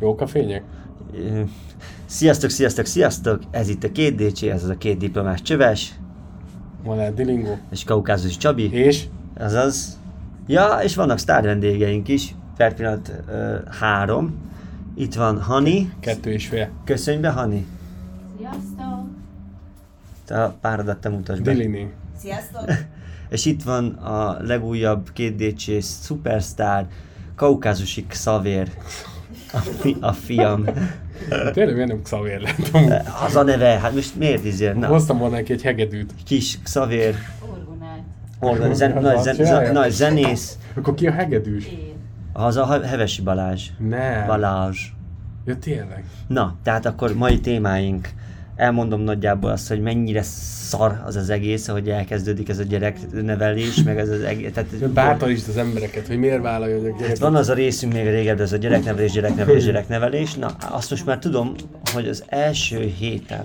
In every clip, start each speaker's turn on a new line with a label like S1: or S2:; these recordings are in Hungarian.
S1: Jók a fények?
S2: Ö, Sziasztok, sziasztok, sziasztok! Ez itt a két DC, ez az a két diplomás csöves,
S1: Malár Dilingó.
S2: és Kaukázus Csabi,
S1: És?
S2: azaz. Ja, és vannak sztár vendégeink is, per pillanat ö, három. Itt van Hani,
S1: Kettő és fél.
S2: köszönj be Hani,
S3: Sziasztok!
S2: te a páradat te mutasd be.
S1: Dilini.
S3: Sziasztok!
S2: És itt van a legújabb két DC szupersztár, Kaukázusi Xavér, a, fi, a fiam.
S1: Tényleg miért nem Xavier lett amúgy?
S2: Az a neve, hát most miért izél? Na,
S1: Hoztam volna neki egy hegedűt.
S2: kis Xavér,
S3: Orgonát.
S2: organ, zen, nagy, zen, zen, nagy zenész,
S1: Akkor ki a hegedűs?
S3: Én.
S2: az a Hevesi Balázs.
S1: Nem.
S2: Balázs.
S1: Ja tényleg.
S2: Na, tehát akkor mai témáink. Elmondom nagyjából azt, hogy mennyire szar az az egész, ahogy elkezdődik ez a gyereknevelés, meg ez az egész. Tehát,
S1: Bátorítsd az embereket, hogy miért vállaljon a gyerek.
S2: Hát van az a részünk még régebben, ez a gyereknevelés, gyereknevelés, gyereknevelés. Na, azt most már tudom, hogy az első héten,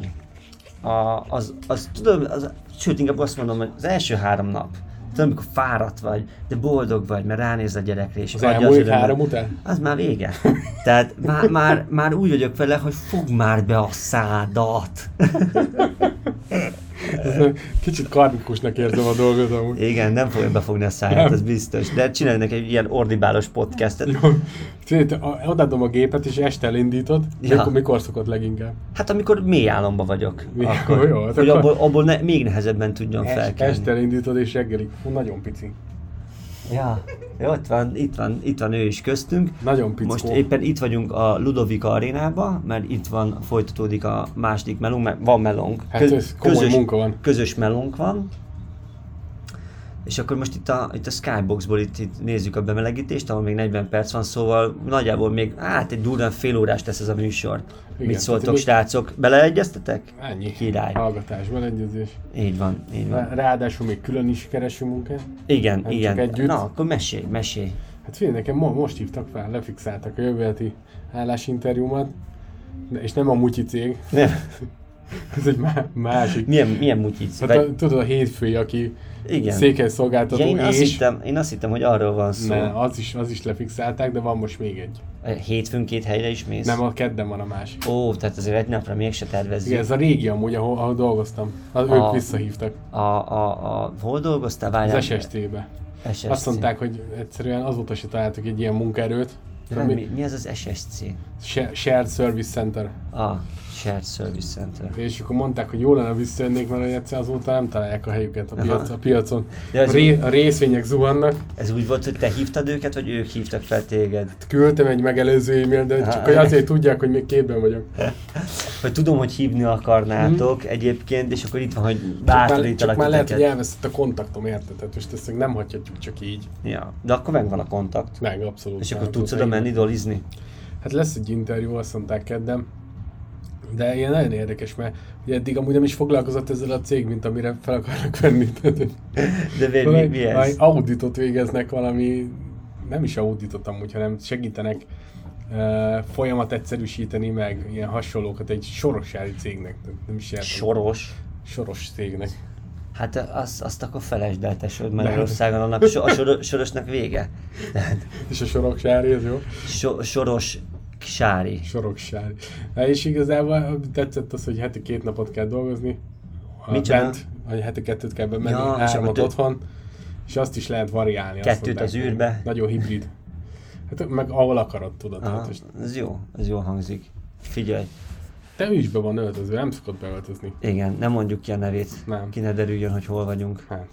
S2: a, az, az, tudom, az, sőt, inkább azt mondom, hogy az első három nap, tudom, amikor fáradt vagy, de boldog vagy, mert ránéz a gyerekre, és
S1: Az
S2: adja
S1: elmúlik
S2: örömet.
S1: három után?
S2: Az már vége. Tehát már, már, már úgy vagyok vele, hogy fogd már be a szádat.
S1: Kicsit karmikusnak érzem a dolgot amúgy.
S2: Igen, nem fogja befogni a száját, az biztos. De csinálnak egy ilyen ordibálos podcastet.
S1: Jó. Tudod, te a- Odadom a gépet, és este elindítod.
S2: Ja.
S1: Mikor, mikor szokott leginkább?
S2: Hát amikor mély álomba vagyok,
S1: Mi-
S2: akkor,
S1: jó, hát
S2: hogy
S1: akkor-
S2: abból, abból ne, még nehezebben tudjon
S1: Es,
S2: felkelni.
S1: este elindítod, és reggelig. Fú, nagyon pici.
S2: Ja, jó, ott van, itt van, itt van ő is köztünk.
S1: Nagyon pici.
S2: Most éppen itt vagyunk a Ludovika arénában, mert itt van, folytatódik a második melónk, mert van melónk.
S1: Hát ez komoly munka van.
S2: Közös melónk van. És akkor most itt a, itt a Skyboxból itt, itt, nézzük a bemelegítést, ahol még 40 perc van, szóval nagyjából még, hát egy durván fél órás lesz ez a műsor. Igen,
S1: Igen,
S2: Mit szóltok,
S1: tehát
S2: még...
S1: még-
S2: srácok? Beleegyeztetek?
S1: Ennyi.
S2: Király.
S1: Hallgatás, beleegyezés.
S2: Így van, így van.
S1: Rá- Ráadásul még külön is keresünk munkát.
S2: Igen,
S1: nem Hát csak
S2: igen.
S1: együtt.
S2: Na, akkor mesélj, mesélj.
S1: Hát figyelj, nekem ma, most hívtak fel, lefixáltak a jövő heti állásinterjúmat, de- és nem a mutyi cég,
S2: Nem.
S1: ez egy má- másik.
S2: Milyen, milyen mutyic?
S1: Hát
S2: Vagy-
S1: a, tudod, a hétfői, aki
S2: Igen.
S1: székely
S2: Ja,
S1: szolgáltató,
S2: én, azt
S1: és...
S2: hittem, szóval- én azt hittem, hogy arról van szó. E,
S1: Ne, az is, az is lefixálták, de van most még egy.
S2: Hétfőn két helyre is mész?
S1: Nem, a kedden van a másik.
S2: Ó, tehát azért egy napra még se tervezzük.
S1: Igen, ez a régi amúgy, ahol, ahol dolgoztam. Az,
S2: A-
S1: Ők visszahívtak
S2: A, a, a, hol dolgoztál? Várjál.
S1: az SST-be.
S2: SSC.
S1: Azt mondták, hogy egyszerűen azóta se találtak egy ilyen munkaerőt.
S2: Nem, mi, mi az az SSC?
S1: Se- Shared Service Center.
S2: A Shared Service Center.
S1: És akkor mondták, hogy jó lenne visszajönnék, mert hogy egyszer azóta nem találják a helyüket a,
S2: Aha.
S1: piac, a piacon.
S2: De ez-
S1: Ré, a részvények zuhannak.
S2: Ez úgy volt, hogy te hívtad őket, vagy ők hívtak fel téged?
S1: Küldtem egy megelőző e-mailt, de
S2: Aha.
S1: csak hogy azért tudják, hogy még képben vagyok.
S2: Hogy tudom, hogy hívni akarnátok egyébként, és akkor itt van, hogy
S1: Mhm. Csak már, csak
S2: bátorítalak
S1: már lehet, hogy
S2: titeket.
S1: elveszett a kontaktom, érted? Tehát most ezt nem hagyhatjuk csak így.
S2: Ja, de akkor megvan a kontakt.
S1: Meg, abszolút.
S2: És
S1: nem.
S2: akkor tudsz
S1: Tehát
S2: oda menni dolizni?
S1: Hát lesz egy interjú, azt mondták kedden. De ilyen nagyon érdekes, mert ugye eddig amúgy nem is foglalkozott ezzel a cég, mint amire fel akarnak venni. Tehát, hogy-
S2: De mi, mi, mi ez?
S1: Valami Auditot végeznek valami, nem is auditot amúgy, hanem segítenek uh, folyamat egyszerűsíteni meg ilyen hasonlókat egy sorosári cégnek, nem is értem.
S2: Soros.
S1: soros cégnek.
S2: Hát azt, azt akkor felejtsd el, te sor, Magyarországon annak so, a sor, sorosnak vége.
S1: És a soroksári, ez jó?
S2: So, soros Sári.
S1: Soroksári. Na, és igazából tetszett az, hogy heti két napot kell dolgozni. A
S2: Micsoda?
S1: bent, vagy heti kettőt kell bemenni,
S2: Ja,
S1: ja,
S2: és akkor
S1: háromat
S2: tő-
S1: otthon. És azt is lehet variálni. azt
S2: Kettőt
S1: mondták,
S2: az űrbe.
S1: Nagyon hibrid. Hát meg ahol akarod, tudod.
S2: Aha,
S1: Hát, és
S2: ez jó, ez jól hangzik. Figyelj,
S1: te ő is be van öltözve, nem szokott beöltözni.
S2: igen, nem mondjuk ki a nevét,
S1: Nem.
S2: ki ne derüljön, hogy hol vagyunk.
S1: Hát,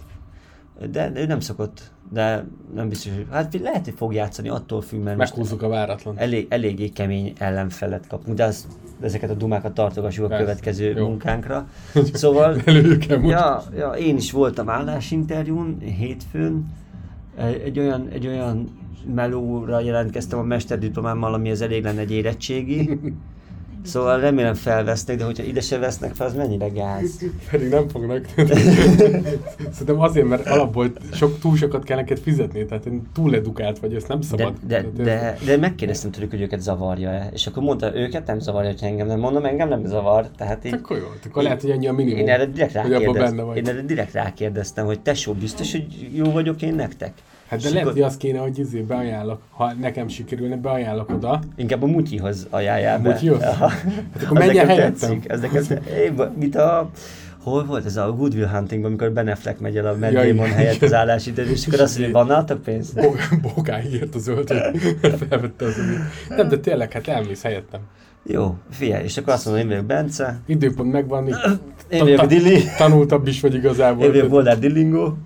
S2: De ő nem szokott, de nem biztos, hogy... Hát lehet, hogy fog játszani, attól függ, mert most
S1: meghúzzuk a váratlan.
S2: elég, eléggé kemény ellenfelet kapunk, de az, ezeket a dumákat tartogassuk a
S1: Persze,
S2: következő
S1: jó.
S2: munkánkra. Szóval
S1: Előjük ja.
S2: Ja, ja, én is voltam állásinterjún hétfőn. Egy egy olyan, egy olyan melóra jelentkeztem a mesterdiplomámmal, ami az elég lenne egy érettségi. Szóval remélem felvesznek, de hogyha ide se vesznek fel, az mennyire gáz.
S1: Pedig nem fognak. Szerintem azért, mert alapból sok, túl sokat kell neked fizetni, tehát én túl edukált vagy, ezt nem
S2: De,
S1: szabad.
S2: de,
S1: Tehát ez-
S2: de, de megkérdeztem tőlük, hogy őket zavarja-e. És akkor mondta, őket nem zavarja, hogy engem nem. Mondom, engem nem zavar. Tehát így,
S1: Hát Akkor jó, akkor lehet, hogy ennyi a minimum.
S2: én erre direkt
S1: hogy abban
S2: rákérdeztem.
S1: benne vagy.
S2: Én erre direkt rákérdeztem, hogy tesó, biztos, hogy jó vagyok én nektek?
S1: Hát de
S2: Sikot-
S1: lehet, hogy azt kéne, hogy izé beajánlok, ha nekem sikerülne, beajánlok oda.
S2: Inkább a mutyihoz ajánljál be.
S1: Mutyihoz?
S2: Aha.
S1: Hát akkor
S2: Az
S1: menjen
S2: nekem
S1: helyettem.
S2: tetszik, Az nekem Éj, ba- Mit a... Hol volt ez a Good Will Hunting, amikor Ben Affleck megy el a Matt
S1: Ja,
S2: Damon
S1: igen.
S2: helyett az állásidőt, és akkor azt mondja, hogy van nálatok pénz?
S1: Bo- Bokáig írt az öltöny, felvette az övé. Nem, de tényleg, hát elmész helyettem.
S2: Jó, figyelj, és akkor azt mondom, én vagyok Bence,
S1: Időpont megvan, így
S2: én vagyok Dilli,
S1: tanultabb is vagy igazából.
S2: én vagyok Boldár Dillingó.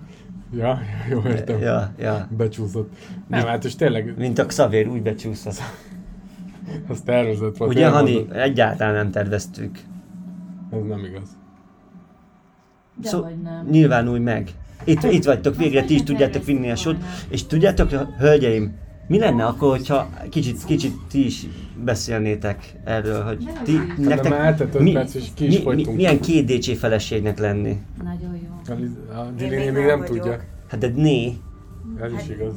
S1: Ja, jó értem.
S2: Ja, ja.
S1: Becsúszott. Nem, hát és tényleg,
S2: Mint a Xavér, úgy becsúszott.
S1: azt tervezett volt.
S2: Ugye, Hani,
S1: elmondott.
S2: egyáltalán nem terveztük.
S1: Ez nem igaz.
S3: De
S2: Szó-
S3: vagy nem.
S2: Nyilván új meg. Itt, itt vagytok, végre ti is tudjátok vinni a sót. És tudjátok, hölgyeim, mi lenne akkor, hogyha kicsit, kicsit ti is beszélnétek erről, hogy ti,
S3: Nem.
S1: Nektek, már
S2: nektek
S1: eltett öt perc, és ki is
S2: mi, mi,
S1: folytunk.
S2: milyen két DC feleségnek lenni?
S3: Nagyon jó.
S1: A, Liz- a
S4: Én
S1: Diliné
S4: még
S1: még nem
S4: nem vagyok. Hát-
S1: tudja.
S2: Hát de né,
S1: Ez is igaz.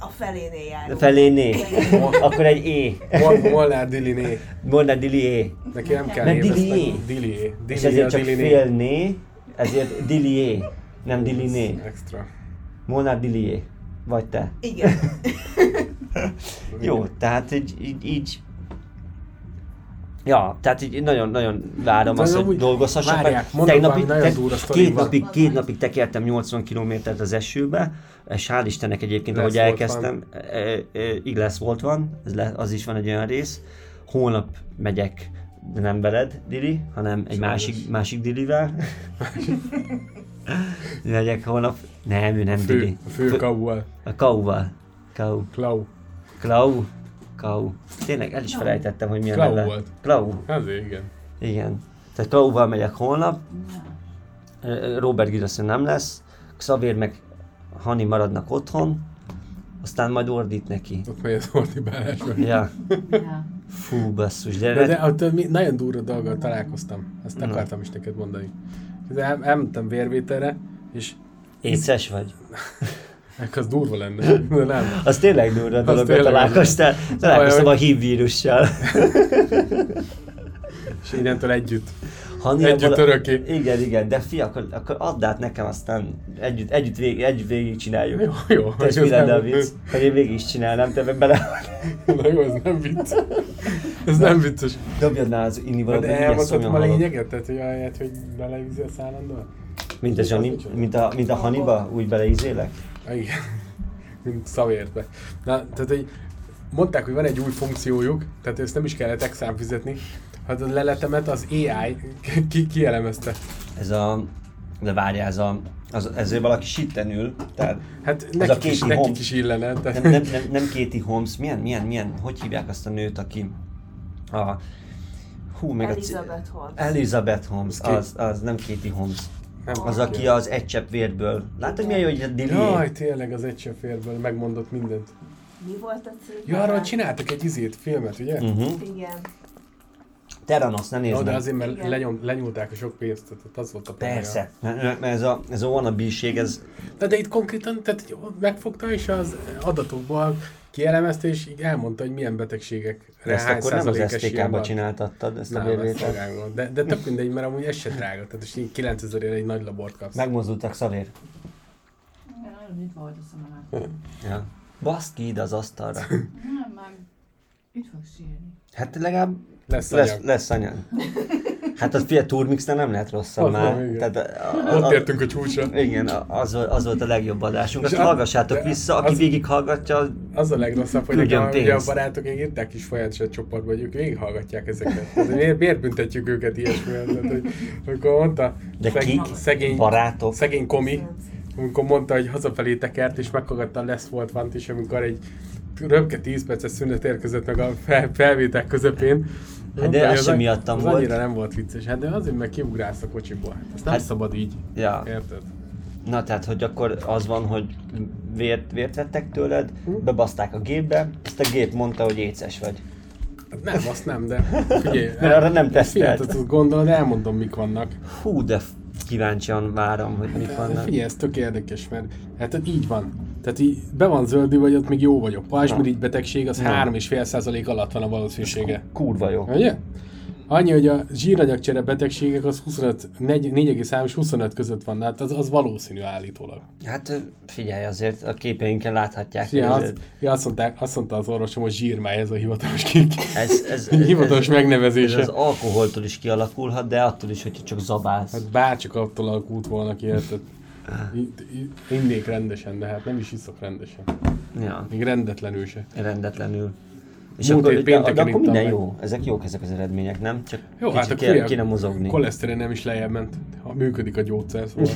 S4: A felénél
S2: de
S4: járunk.
S2: felé né. akkor egy é.
S1: Mol- Molnár Diliné.
S2: Mondná Dili é.
S1: Neki nem kell
S2: Mert
S1: néveszteni.
S2: Dilié.
S1: Dilié.
S2: És
S1: Dilié
S2: ezért
S1: a
S2: csak
S1: Diliné.
S2: fél né, ezért Dili é. Nem Dili né.
S1: Extra.
S2: Molnár Dili é. Vagy te.
S4: Igen.
S2: Jó, tehát így, így, így Ja, tehát így nagyon-nagyon várom
S1: De
S2: azt, hogy
S1: amúgy-
S2: dolgozhassak.
S1: várják,
S2: mert
S1: mondok
S2: tegnapig,
S1: valami nagyon
S2: te-
S1: durva sztori
S2: két,
S1: van.
S2: napig, két napig tekertem 80 kilométert az esőbe, és hál' Istennek egyébként,
S1: Lesz
S2: ahogy
S1: volt
S2: elkezdtem, e, e, így lesz volt van, ez le, az is van egy olyan rész. Holnap megyek, de nem veled, Dili, hanem egy
S1: Sajnos.
S2: másik, másik Dilivel. megyek holnap, nem, ő nem
S1: Fő,
S2: Dili.
S1: a fő kaúval.
S2: A Kauval. Kau.
S1: Klau.
S2: Klau. Kau. Tényleg el is felejtettem, hogy milyen
S1: Klau
S2: neve.
S1: volt.
S2: Klau.
S1: Azért igen.
S2: Igen. Tehát Klauval megyek holnap,
S3: Na.
S2: Ö, Robert Gidasson nem lesz, Xavier meg Hani maradnak otthon, aztán majd ordít neki.
S1: Ott megy az ordibálás.
S2: Ja,
S3: Ja.
S2: fú basszus, de,
S1: De,
S2: de,
S1: de ott mi- nagyon durva dolggal találkoztam. Ezt akartam is neked mondani. Ez El, elmentem vérvételre, és
S2: éces vagy.
S1: az durva lenne, de nem.
S2: Az tényleg durva dolog, hogy
S1: tényleg az.
S2: találkoztál, találkoztam a
S1: Olyan,
S2: HIV vírussal.
S1: És innentől együtt.
S2: Hani
S1: Együtt
S2: abban a-
S1: örökké.
S2: Igen, igen, de fi, akkor, akkor add át nekem, aztán együtt, együtt, vég, együtt végig csináljuk.
S1: Jó, jó.
S2: Te és mi lenne a vicc? Hogy én végig is csinálnám, te meg bele
S1: Na jó, ez nem vicc. Ez nem vicces.
S2: dobjad már az innivalót,
S1: De
S2: hogy milyen
S1: elmondhatom
S2: szomjan
S1: a
S2: halok.
S1: lényeget, tehát hogy ahelyett, hogy belevízi a szállandóan?
S2: Mint a, zsani, mint a, mint a haniba, úgy beleízélek?
S1: Ah, Igen. Mint szavértbe. Na, tehát, hogy mondták, hogy van egy új funkciójuk, tehát ezt nem is kellett extrán fizetni, hát a leletemet az AI ki, kielemezte.
S2: Ez a... De várjál, ez a... Az, ezért valaki sitten ül, tehát
S1: Hát
S2: a
S1: nekik is,
S2: kéti hom.
S1: nekik is illene. Tehát,
S2: nem, nem, nem, nem Katie Holmes, milyen, milyen, milyen, hogy hívják azt a nőt, aki a... Hú, meg a...
S4: Elizabeth Holmes.
S2: Elizabeth Holmes,
S1: ki?
S2: az, az nem Katie Holmes.
S1: nem
S2: Az, aki az egy csepp vérből. Látod milyen jó, hogy a Dili?
S1: Jaj, tényleg az egy sem férből megmondott mindent.
S4: Mi volt a cím?
S1: Ja, arról csináltak egy izét, filmet, ugye? Mm.
S2: Uh-huh.
S4: Igen.
S2: Teranos, ne nézd
S1: No, de
S2: meg.
S1: azért, mert
S4: Igen.
S1: lenyom, lenyúlták a sok pénzt, tehát az volt a probléma.
S2: Persze, mert mert ez a, ez a wannabe-ség, ez,
S1: Na de itt konkrétan tehát hogy megfogta, és az adatokból kielemezte, és így elmondta, hogy milyen betegségekre
S2: ezt
S1: hány
S2: akkor nem az
S1: százalékes ilyen
S2: STK-ba
S1: van.
S2: csináltattad, ezt a
S1: Nem, ezt
S2: bérvételt.
S1: magánkon. De, de tök mindegy, mert amúgy ez se drága. Tehát is így 9000 ért egy nagy labort kapsz.
S2: Megmozdultak szavér.
S3: Ja, nagyon nyitva volt a szememet.
S2: Ja. Baszd ki ide az asztalra.
S3: Nem, meg itt fog sírni.
S2: Hát legalább
S1: Lesz
S2: lesz,
S1: anyag.
S2: lesz anyag. Hát az fia turmix nem lehet rosszabb
S1: Az
S2: már.
S1: nem, igen.
S2: Tehát a, a,
S1: Ott
S2: a,
S1: értünk a csúcsra.
S2: igen, a- az, volt- az volt a legjobb adásunk. Azt
S1: És a-
S2: hallgassátok
S1: de
S2: vissza, aki
S1: az-
S2: végighallgatja,
S1: Az a legrosszabb, hogy
S2: Küldjön
S1: nekem a- ugye a
S2: pénzt.
S1: barátok még írták is folyamatosan csoportba, hogy ők végighallgatják ezeket. Tehát, hogy miért, miért büntetjük őket ilyesmivel? Tehát, hogy, amikor mondta
S2: De kik?
S1: szegény,
S2: Barátok?
S1: szegény komi, amikor mondta, hogy hazafelé tekert, és meghallgatta a lesz volt van is, amikor egy röpke 10 perces szünet érkezett meg a fel, felvétel közepén.
S2: Hát de
S1: Mondta, hogy
S2: az sem
S1: a-
S2: miattam
S1: az
S2: volt.
S1: annyira nem volt vicces. Hát de azért, mert kiugrálsz a kocsiból. Hát Ezt nem
S2: Hát-
S1: szabad így.
S2: Ja.
S1: Érted?
S2: Na tehát, hogy akkor az van, hogy vért, vért vettek tőled,
S1: Hm.
S2: bebaszták a gépbe, azt a gép mondta, hogy éces vagy.
S1: Hát Nem, azt nem, de figyelj.
S2: Mert arra nem tesztelt.
S1: Figyelj, azt gondolod, elmondom, mik vannak.
S2: Hú, de f- kíváncsian várom, hogy mik vannak.
S1: Figyelj, ez tök érdekes, mert hát így van. Tehát így be van zöldi, vagy ott még jó vagyok. Pajzsmirigy betegség az 3,5% alatt van a valószínűsége.
S2: Kurva jó.
S1: Ugye? Annyi, hogy a zsíranyagcsere betegségek az 25, negy- 4,3 és 25 között van, hát az, az valószínű állítólag.
S2: Hát ö, figyelj azért, a képeinken láthatják.
S1: Ja,
S2: hogy
S1: azt,
S2: ez,
S1: ja, azt, mondták, azt mondta az orvosom, hogy zsírmáj, ez a hivatalos kék.
S2: ez, ez, ez,
S1: Hivatalos megnevezése.
S2: Ez az alkoholtól is kialakulhat, de attól is, hogyha csak zabálsz.
S1: Hát bárcsak attól alakult volna ki, érted? Itt- itt Innék rendesen, de hát nem is iszok rendesen.
S2: Ja,
S1: Még rendetlenül se.
S2: rendetlenül. És
S1: Múlt
S2: akkor,
S1: hét
S2: de, de
S1: pénteken
S2: akkor minden
S1: ittam
S2: jó. Ezek jók ezek az eredmények, nem? Csak
S1: Jó, hát a
S2: kéne,
S1: kéne,
S2: kéne mozogni.
S1: koleszterin nem is lejjebb ment, ha működik a gyógyszer, szóval.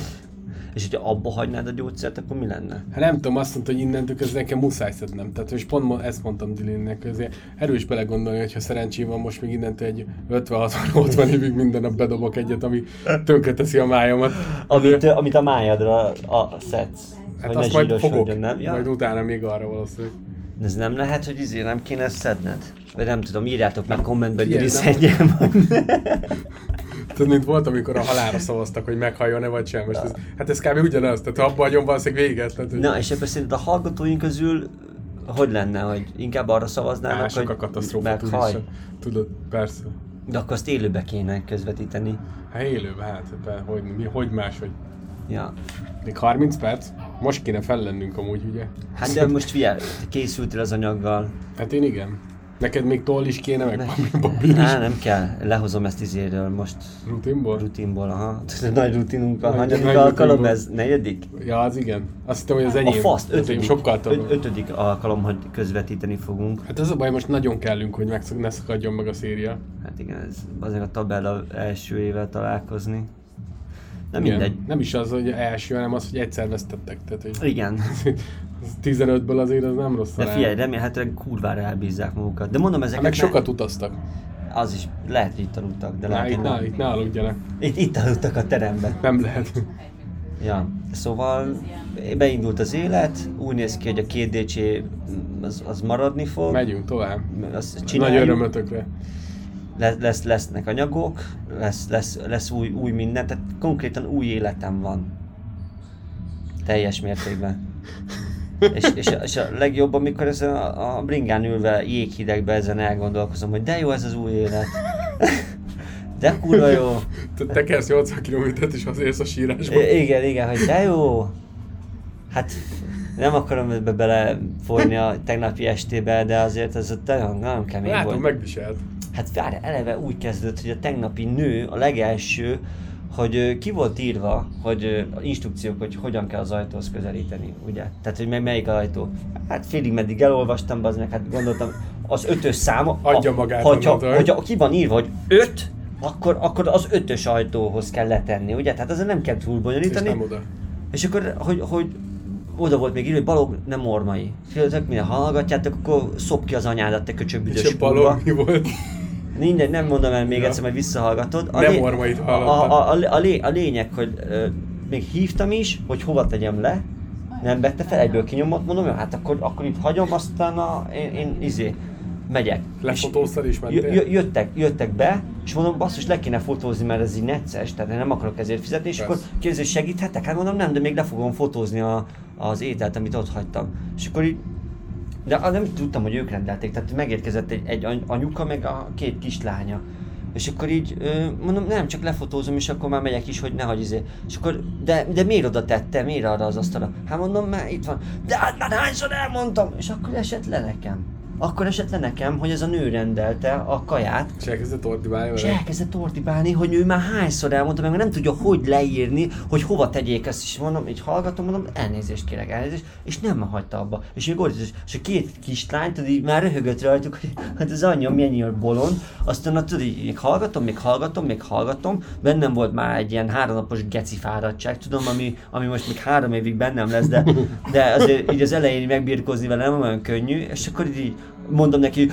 S2: És hogyha abba hagynád a gyógyszert, akkor mi lenne?
S1: Hát nem tudom, azt mondta, hogy innentől kezdve nekem muszáj szednem. Tehát és pont mo- ezt mondtam Dilinnek, azért erős belegondolni, hogyha szerencsém van most még innentől egy 50-60-80 évig minden nap bedobok egyet, ami tönkreteszi a májamat.
S2: Amit, amit a májadra a, szedsz.
S1: Hát
S2: hogy
S1: azt
S2: ne
S1: majd
S2: zsírosodjon,
S1: fogok,
S2: nem? Ja.
S1: majd utána még arra valószínűleg.
S2: De Ez nem lehet, hogy izé nem kéne ezt szedned? Vagy nem tudom, írjátok meg kommentben, hogy
S1: Figyelj,
S2: Gyuri
S1: nem-
S2: szedjem.
S1: Tudod, mint volt, amikor a halálra szavaztak, hogy meghalljon-e vagy sem. Most ez, hát ez kb. ugyanaz, tehát ha abba hagyom, valószínűleg véget. Tehát, hogy
S2: Na, és ebből szerinted a hallgatóink közül hogy lenne, hogy inkább arra szavaznának,
S1: mások a
S2: hogy
S1: katasztrófa
S2: meghaj?
S1: tudod, tudod, persze.
S2: De akkor azt élőbe kéne közvetíteni.
S1: Hát élőben, hát be, hogy, mi, hogy más, hogy
S2: Ja.
S1: még 30 perc? Most kéne fel lennünk amúgy, ugye?
S2: Hát de most figyelj, te készültél az anyaggal.
S1: Hát én igen. Neked még toll is kéne, meg
S2: Ne.
S1: papír, papír is.
S2: Á, nem kell, lehozom ezt izéről most
S1: Rutinból?
S2: rutinból, aha. Nagy rutinunk a
S1: Nagy-
S2: hanyadik
S1: nagy
S2: alkalom,
S1: rutinból.
S2: ez negyedik?
S1: Ja, az igen. Azt hittem, hogy az enyém.
S2: A faszt,
S1: Az én
S2: ötödik,
S1: sokkal
S2: ö-
S1: több.
S2: ötödik alkalom, hogy közvetíteni fogunk.
S1: Hát az a baj, most nagyon kellünk, hogy megszak, ne szakadjon meg a széria.
S2: Hát igen, ez azért a tabella első ével találkozni. Nem
S1: Igen.
S2: mindegy.
S1: Nem is az, hogy első, hanem az, hogy egyszer vesztettek. Tehát, hogy
S2: Igen.
S1: 15-ből azért az nem rossz
S2: De
S1: arány.
S2: figyelj, remélhetőleg kurvára elbízzák magukat. De mondom ezeket,
S1: Hát meg
S2: ne-
S1: sokat utaztak.
S2: az is lehet, hogy itt aludtak, de
S1: Na,
S2: lehet,
S1: itt,
S2: hogy nem.
S1: na, itt ne aludjanak.
S2: Itt, itt aludtak a teremben.
S1: Nem lehet.
S2: Ja, szóval beindult az élet, úgy néz ki, hogy a 2DC az, az maradni fog.
S1: Megyünk tovább.
S2: Azt
S1: Nagy
S2: csináljuk.
S1: örömötökre.
S2: Le- lesz, lesznek anyagok, lesz, lesz, lesz új, új minden, tehát konkrétan új életem van. Teljes mértékben. és, és, a, és a legjobb, amikor ezen a, a bringán ülve jéghidegbe ezen elgondolkozom, hogy de jó ez az új élet. de kurva jó.
S1: Te tekersz 80 kilométert, és az érsz a sírásba.
S2: I- igen, igen, hogy de jó. Hát nem akarom ebbe belefolyni a tegnapi estébe, de azért ez ott nagyon, nagyon kemény
S1: Látom,
S2: volt.
S1: megviselt.
S2: Hát várj, eleve úgy kezdődött, hogy a tegnapi nő, a legelső, hogy ö, ki volt írva, hogy ö, instrukciók, hogy hogyan kell az ajtóhoz közelíteni, ugye? Tehát, hogy meg melyik ajtó. Hát félig meddig elolvastam, az meg hát gondoltam, az ötös száma...
S1: Adja
S2: a-
S1: magát
S2: Hogyha,
S1: annak,
S2: hogyha ki van írva, hogy öt, akkor, akkor az ötös ajtóhoz kell letenni, ugye? Tehát ezen nem kell túl
S1: És
S2: bonyolítani.
S1: nem oda.
S2: És akkor, hogy, hogy oda volt még írva, hogy Balog nem ormai. Tök minden hallgatjátok, akkor szop ki az anyádat, te
S1: És
S2: köcsögbüdös
S1: a balom mi volt?
S2: Mindegy, nem mondom el még
S1: Ja.
S2: egyszer, majd visszahallgatod.
S1: Nem
S2: lé-
S1: ormait
S2: a,
S1: hallottam.
S2: a, a, a, lé- a lényeg, hogy ö, még hívtam is, hogy hova tegyem le, nem vette fel, egyből kinyomott, mondom, jó, hát akkor, akkor itt hagyom, aztán a, én, én izé, megyek.
S1: Lefotóztad és
S2: Jö-
S1: mentél?
S2: jö- jöttek, jöttek be, és mondom, basszus, le kéne fotózni, mert ez így necces, tehát én nem akarok ezért fizetni, és akkor
S1: Persze.
S2: kérdező, segíthetek? Hát mondom, nem, de még le fogom fotózni a, az ételt, amit ott hagytam. És akkor így, de ah, nem tudtam, hogy ők rendelték, tehát megérkezett egy, egy any- anyuka, meg a két kislánya. És akkor így ö, mondom, nem, csak lefotózom, és akkor már megyek is, hogy nehogy izé. És akkor, de, de miért oda tette, miért arra az asztalra? Hát mondom, már itt van. De hát már hányszor elmondtam! És akkor esett le nekem. Akkor esett le nekem, hogy ez a nő rendelte a kaját,
S1: És elkezdett ordibálni
S2: és
S1: vele?
S2: elkezdett ordibálni, hogy ő már hányszor elmondta, meg már nem tudja, hogy leírni, hogy hova tegyék ezt, és mondom, így hallgatom, mondom, elnézést kérek, elnézést, és nem hagyta abba. És ő gorditus, és a két kislány, tudod, így már röhögött rajtuk, hogy hát az anyja milyen bolond, aztán na, tudod, így még hallgatom, még hallgatom, még hallgatom, bennem volt már egy ilyen háromnapos geci fáradtság, tudom, ami, ami most még három évig bennem lesz, de, de azért így az elején megbirkózni vele nem olyan könnyű, és akkor így mondom neki,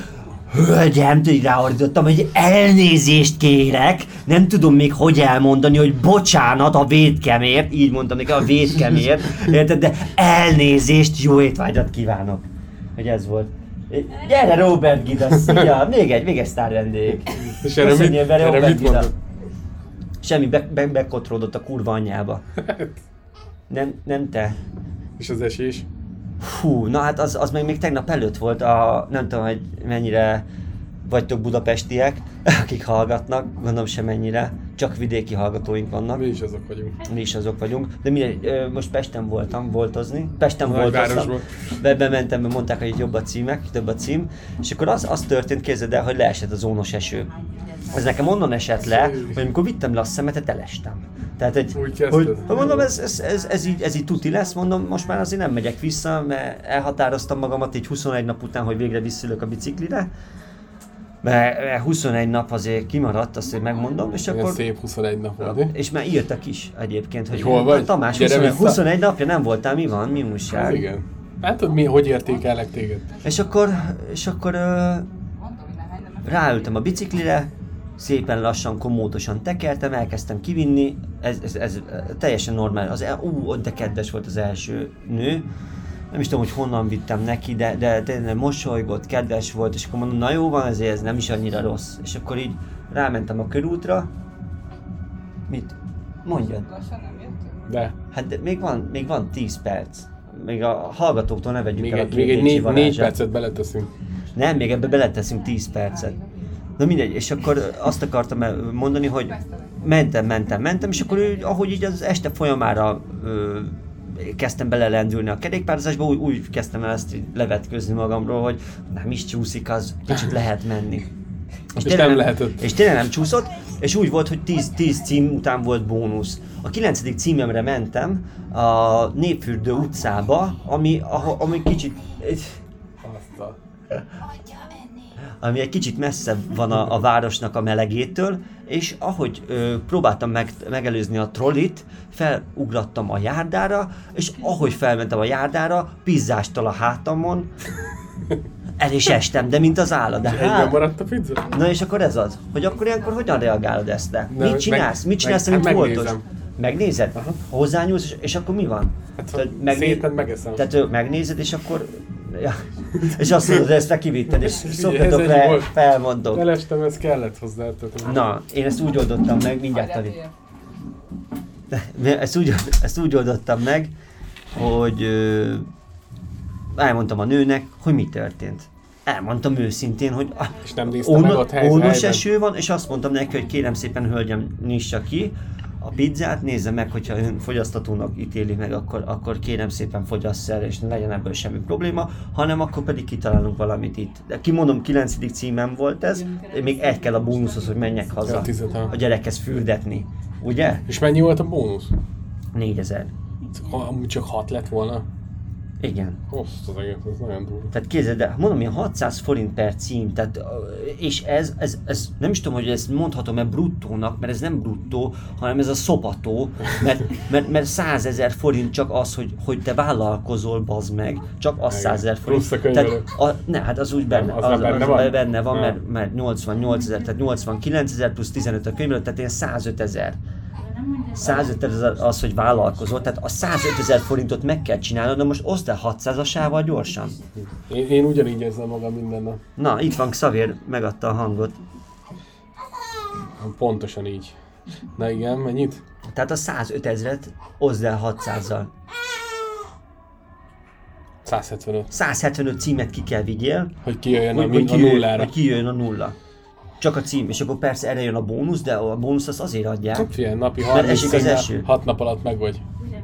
S2: Hölgyem, tudj ráordítottam, hogy elnézést kérek, nem tudom még hogy elmondani, hogy bocsánat a vétkemért, így mondtam neki a vétkemért, érted, de elnézést, jó étvágyat kívánok. Hogy ez volt. Gyere Robert Gida, szia, még egy, még egy sztár vendég.
S1: És erre
S2: Köszönjél
S1: mit-
S2: vele,
S1: erre
S2: Robert
S1: mit
S2: Gida.
S1: mondod?
S2: Semmi, be, be, bekotródott a kurva anyjába. Nem, nem te.
S1: És az esés?
S2: Hú, na hát az, az még, még tegnap előtt volt a, nem tudom, hogy mennyire vagytok budapestiek, akik hallgatnak, gondolom semennyire, csak vidéki hallgatóink vannak.
S1: Mi is azok vagyunk.
S2: Mi is azok vagyunk, de mindegy, ö, most Pesten voltam, voltozni. Pesten voltoztam,
S1: Nagyvárosból.
S2: be, bementem, mert mondták, hogy itt jobb a címek, több a cím, és akkor az, az történt, képzeld el, hogy leesett az ónos eső. Ez nekem onnan esett le, hogy amikor vittem le a szemetet, elestem. Tehát egy,
S1: Úgy kezdted?
S2: hogy, ha mondom, ez, ez, ez, ez, így, ez így tuti lesz, mondom, most már azért nem megyek vissza, mert elhatároztam magamat így 21 nap után, hogy végre visszülök a biciklire, mert mert 21 nap azért kimaradt, azt én megmondom, és
S1: Olyan
S2: akkor...
S1: szép 21 nap volt. eh?
S2: És már írtak is egyébként, hogy
S1: Hogy hol vagy?
S2: Tamás,
S1: Gyere
S2: 21,
S1: vissza."
S2: 21 napja nem voltál, mi van, mi
S1: Az
S2: újság?
S1: Hát igen. Látod, mi, hogy értékelek téged?
S2: És akkor, és akkor ö, ráültem a biciklire, szépen lassan, komótosan tekertem, elkezdtem kivinni, ez, ez, ez teljesen normál. Az, el- ú, de kedves volt az első nő, nem is tudom, hogy honnan vittem neki, de, de tényleg mosolygott, kedves volt, és akkor mondom, na jó van, ezért ez nem is annyira rossz. És akkor így rámentem a körútra, mit? Mondjad.
S1: De
S2: Hát de még van, még van 10 perc. Még a hallgatóktól ne vegyük
S1: még
S2: el a
S1: egy,
S2: két
S1: még egy
S2: écsi
S1: négy, négy
S2: varázsát.
S1: percet beleteszünk.
S2: Nem, még ebbe beleteszünk 10 percet. Na mindegy, és akkor azt akartam el- mondani, hogy mentem, mentem, mentem, és akkor ő, ahogy így az este folyamára ö, kezdtem belelendülni a kerékpározásba, úgy, úgy kezdtem el ezt így levetkőzni magamról, hogy nem is csúszik az, kicsit lehet menni.
S1: És
S2: tényleg
S1: nem lehetett.
S2: És tényleg nem csúszott, és úgy volt, hogy 10, 10 cím után volt bónusz. A 9. címemre mentem a Népfürdő utcába, ami, aho- ami kicsit
S1: Azt a...
S2: ami egy kicsit messze van a, a városnak a melegétől, és ahogy ö, próbáltam meg, megelőzni a trollit, felugrattam a járdára, és ahogy felmentem a járdára, pizzástól a hátamon, el is estem, de mint az állat. De
S1: Egyben
S2: hát,
S1: maradt a pizza?
S2: na és akkor ez az, hogy akkor ilyenkor hogyan reagálod ezt le?
S1: meg-
S2: Mit csinálsz? Mit csinálsz,
S1: meg-
S2: amit
S1: hát
S2: voltos?
S1: megnézem.
S2: Megnézed? Hozzányúlsz, és, és akkor mi van?
S1: Hát,
S2: Tehát
S1: ha
S2: megné-
S1: szépen megeszem.
S2: Tehát ö, megnézed, és akkor... Ja. És azt mondod, hogy ezt te kivitted, és
S1: Figyelj, ez
S2: szoktatok
S1: egy
S2: le,
S1: volt.
S2: felmondok.
S1: Elestem, ez kellett hozzá. Tehát
S2: Na, én ezt úgy oldottam meg, mindjárt tanít. Ezt úgy, ezt úgy oldottam meg, hogy ö, elmondtam a nőnek, hogy mi történt. Elmondtam őszintén, hogy ah,
S1: És nem nézte meg ott helyz-
S2: ónos
S1: helyben?
S2: eső van, és azt mondtam neki, hogy kérem szépen, hölgyem, nyissa ki a pizzát, nézze meg, hogyha ön fogyasztatónak ítéli meg, akkor, akkor kérem szépen fogyassz el, és ne legyen ebből semmi probléma, hanem akkor pedig kitalálunk valamit itt. De kimondom, 9. címem volt ez, még egy kell a bónuszhoz, hogy menjek haza.
S1: Ja, tized, ha.
S2: a gyerekhez fürdetni. Ugye?
S1: És mennyi volt a bónusz?
S2: 4000.
S1: Ha Amúgy csak hat lett volna.
S2: Igen.
S1: Azt az egész, ez nagyon durva.
S2: Tehát képzeld el, mondom, ilyen 600 forint per cím, tehát, ö, és ez, ez, ez, nem is tudom, hogy ezt mondhatom-e bruttónak, mert ez nem bruttó, hanem ez a szopató, mert, mert, mert 100 ezer forint csak az, hogy, hogy te vállalkozol, bazd meg, csak az
S1: Igen.
S2: 100 ezer forint.
S1: Plusz a
S2: Tehát
S1: könyvelő.
S2: a, ne, hát az úgy benne,
S1: Az
S2: az,
S1: már
S2: az,
S1: benne
S2: benne,
S1: van?
S2: van? benne van,
S1: Ja.
S2: mert, mert 88 ezer, tehát 89 ezer plusz 15 a könyvelő, tehát ilyen 105 ezer. 105 ezer az, hogy vállalkozol, tehát a 105 ezer forintot meg kell csinálnod, de most oszd el 600-asával gyorsan.
S1: Én, én ugyanígy érzem magam minden nap.
S2: Na, itt van Xavier, megadta a hangot.
S1: Pontosan így. Na igen, mennyit?
S2: Tehát a 105 ezret oszd el 600-zal.
S1: 175.
S2: 175 címet ki kell vigyél,
S1: Hogy kijöjjön a,
S2: hogy,
S1: min-
S2: hogy,
S1: a
S2: kijöjjön,
S1: nullára.
S2: hogy kijöjjön a nulla. Csak a cím, és akkor persze erre jön a bónusz, de a bónusz azt azért adják.
S1: Figyelj, Hát napi
S2: Mert
S1: 30
S2: esik az
S1: szinten
S2: eső.
S1: 6 nap alatt meg vagy.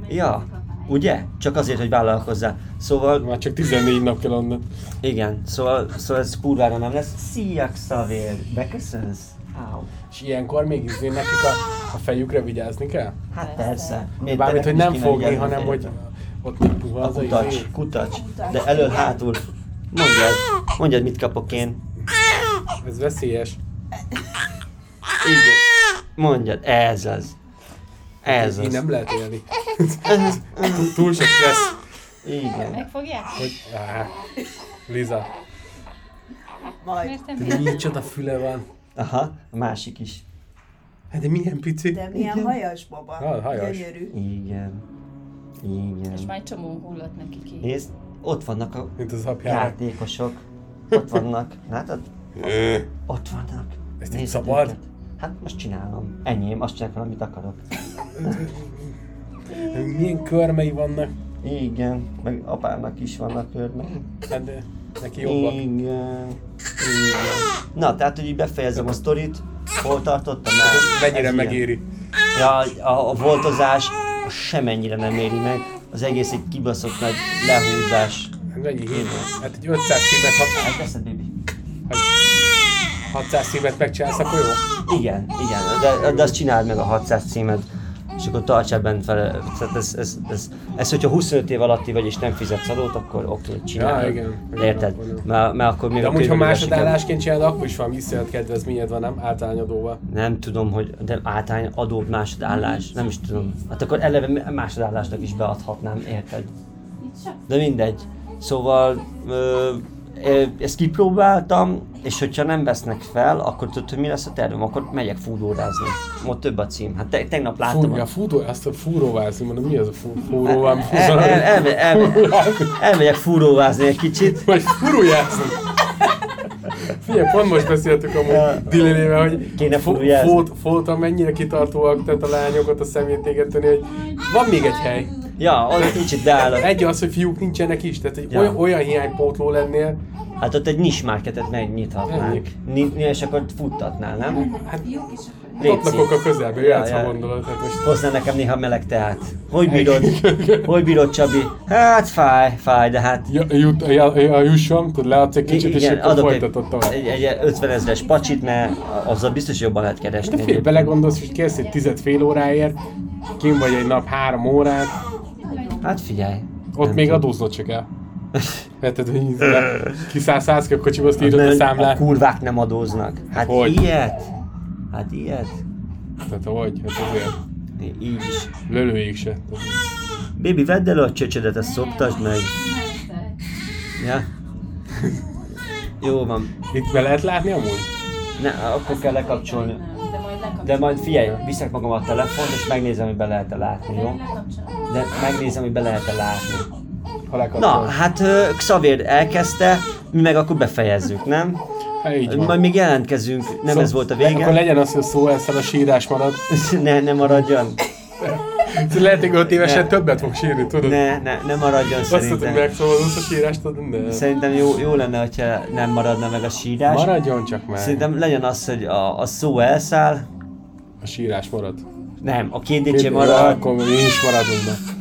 S2: Ja, ugye? Csak azért, hogy vállalkozzál. Szóval,
S1: Már csak 14 nap kell onnan.
S2: igen, szóval, szóval ez kurvára nem lesz. Szia, Xavier! Beköszönsz? Áú.
S1: És ilyenkor még izé nekik a, a fejükre vigyázni kell?
S2: Hát persze. Miért
S1: Bármint,
S2: te
S1: hogy
S2: neked
S1: nem
S2: is
S1: fogni,
S2: kéne
S1: hanem hogy
S2: ilyenre?
S1: ott még puha
S2: A
S1: az a izé.
S2: kutacs, kutacs. De elől, hátul. Mondjad, mondjad, mit kapok én.
S1: Ez veszélyes.
S2: Igen. Mondjad, ez az. Ez
S1: Ah! Így
S2: az.
S1: nem lehet élni. Túl sok stressz.
S2: Igen.
S5: Megfogják?
S1: Hogy... Á, Liza,
S4: Majd.
S5: Miért nem
S1: de micsoda füle van.
S2: Aha, a másik is.
S1: Hát de milyen pici.
S4: De milyen hajas baba.
S1: Ha- hajas.
S4: Gyönyörű.
S2: Igen.
S5: És
S2: Igen.
S5: már egy csomó hullott neki ki.
S2: Nézd, ott vannak a
S1: Mint az apjára.
S2: Hát- játékosok. Ott vannak. Látod? Ott vannak.
S1: Ezt így
S2: Nézd
S1: szabad?
S2: őket. Hát most csinálom. Enyém, azt csinálok, amit akarok.
S1: Milyen körmei vannak.
S2: Igen, meg apának is vannak körben.
S1: Hát de neki jobbak.
S2: Igen. Igen. Na, tehát, hogy így befejezem a sztorit, hol tartottam? Na,
S1: Mennyire
S2: ez ilyen.
S1: megéri.
S2: Ja, a, a voltozás az semennyire nem éri meg, az egész egy kibaszott nagy lehúzás.
S1: Hát Mennyi hív? Hát egy 500 címet, ha
S2: Hát teszed, Bibi?
S1: hát 600 címet megcsinálsz, akkor jó?
S2: Igen, igen, de, de azt csináld meg a 600 címet, és akkor tartsál bent vele. Tehát ez, ez, ez, ez, hogyha 25 év alatti vagy és nem fizetsz adót, akkor oké, csináld.
S1: Ja, igen.
S2: De Érted?
S1: Akkor jó.
S2: Mert, mert akkor még
S1: De
S2: a
S1: amúgy, ha
S2: könyvben sikerül-
S1: másodállásként csinálod, akkor is van visszajött kedvezményed van, nem? Általányadóval.
S2: Nem tudom, hogy de általány adó másodállás, nem is tudom. Hát akkor eleve másodállásnak is beadhatnám, érted?
S3: Itt se.
S2: De mindegy. Szóval ö, ö, ezt kipróbáltam, és hogyha nem vesznek fel, akkor tudod, hogy mi lesz a tervem, akkor megyek fúdórázni. Ott több a cím. Hát te, tegnap láttam.
S1: Fú,
S2: a-
S1: ja, fúró, azt a fúróvászi, mondom, mi az a fú, fúróvám?
S2: El, el, elme, elme, elmegyek fúróvázni egy kicsit.
S1: Vagy fúrójászni. Figyelj, pont most beszéltük
S2: Ja.
S1: amúgy Dilenével, hogy
S2: Kéne
S1: fo-
S2: fúrójázni.
S1: fót- fóta mennyire kitartóak, tehát a lányok ott a szemét égetni, hogy van még egy hely.
S2: Ja, ott egy kicsit beállok.
S1: Egy az, hogy fiúk nincsenek is, tehát egy
S2: Ja.
S1: olyan, olyan hiánypótló lennél,
S2: Hát ott egy nis marketet megnyithatnánk.
S1: Mondjuk.
S2: Ni- ni- és akkor futtatnál, nem?
S3: Jó, és akkor
S1: Hát, ott lakok a közelben, jöhetsz,
S2: Ja,
S1: ha
S2: ja.
S1: gondolod. Tehát most
S2: Hozzá nekem néha meleg teát. Hogy bírod? Hogy bírod, Csabi? Hát fáj, fáj, de hát...
S1: Ja, jut, ja, ja, jusson, akkor leadsz egy
S2: I-
S1: kicsit, és akkor
S2: adok egy,
S1: folytatod tovább.
S2: egy, egy 50 ezres pacsit, mert azzal biztos jobban lehet
S1: De
S2: keresni.
S1: fél, belegondolsz, hogy kérsz egy tized fél óráért, kim vagy egy nap három órát,
S2: Hát figyelj.
S1: ott
S2: nem
S1: még
S2: tudom.
S1: adóznod se kell. Érted, hogy így kiszállsz száz ki a kocsiba, azt írod
S2: Hát Nem,
S1: a
S2: A
S1: számlát.
S2: kurvák nem adóznak. Hát
S1: Hogy?
S2: ilyet? Hát ilyet?
S1: Tehát hogy, hát azért
S2: Így is.
S1: lölőjék se.
S2: Bébi, vedd elő a csöcsödet, ezt szoptasd meg.
S3: te.
S2: Ja? Jó van.
S1: Itt be lehet látni amúgy?
S2: Ne, akkor kell lekapcsolni.
S3: Nem, de majd lekapcsolom.
S2: De majd figyelj, viszek magam a telefont, és megnézem, hogy be lehet-e látni, jó?
S3: Én lekapcsolom.
S2: De megnézem, hogy be lehet-e látni.
S1: Ha
S2: Na,
S1: lekapcsolod.
S2: hát ö, Xavier elkezdte, mi meg akkor befejezzük, nem?
S1: Hát így van.
S2: Majd még jelentkezünk, nem
S1: Szó-
S2: ez volt a
S1: Szóval Akkor
S2: vége.
S1: legyen az, hogy szó ezzel a sírás marad. Szóval
S2: Ne, ne maradjon.
S1: Lehet, hogy öt évesen
S2: Ne.
S1: többet fog sírni, tudod?
S2: Ne, ne, ne maradjon
S1: Azt tudom,
S2: szerintem.
S1: megszólod a sírást, tudod? Ne.
S2: Szerintem jó, jó lenne, hogyha nem maradna meg a sírás.
S1: Maradjon csak már.
S2: Szerintem legyen az, hogy a, a szó elszáll,
S1: A sírás marad.
S2: nem, a kérdése marad,
S1: Akkor mi is maradunk be.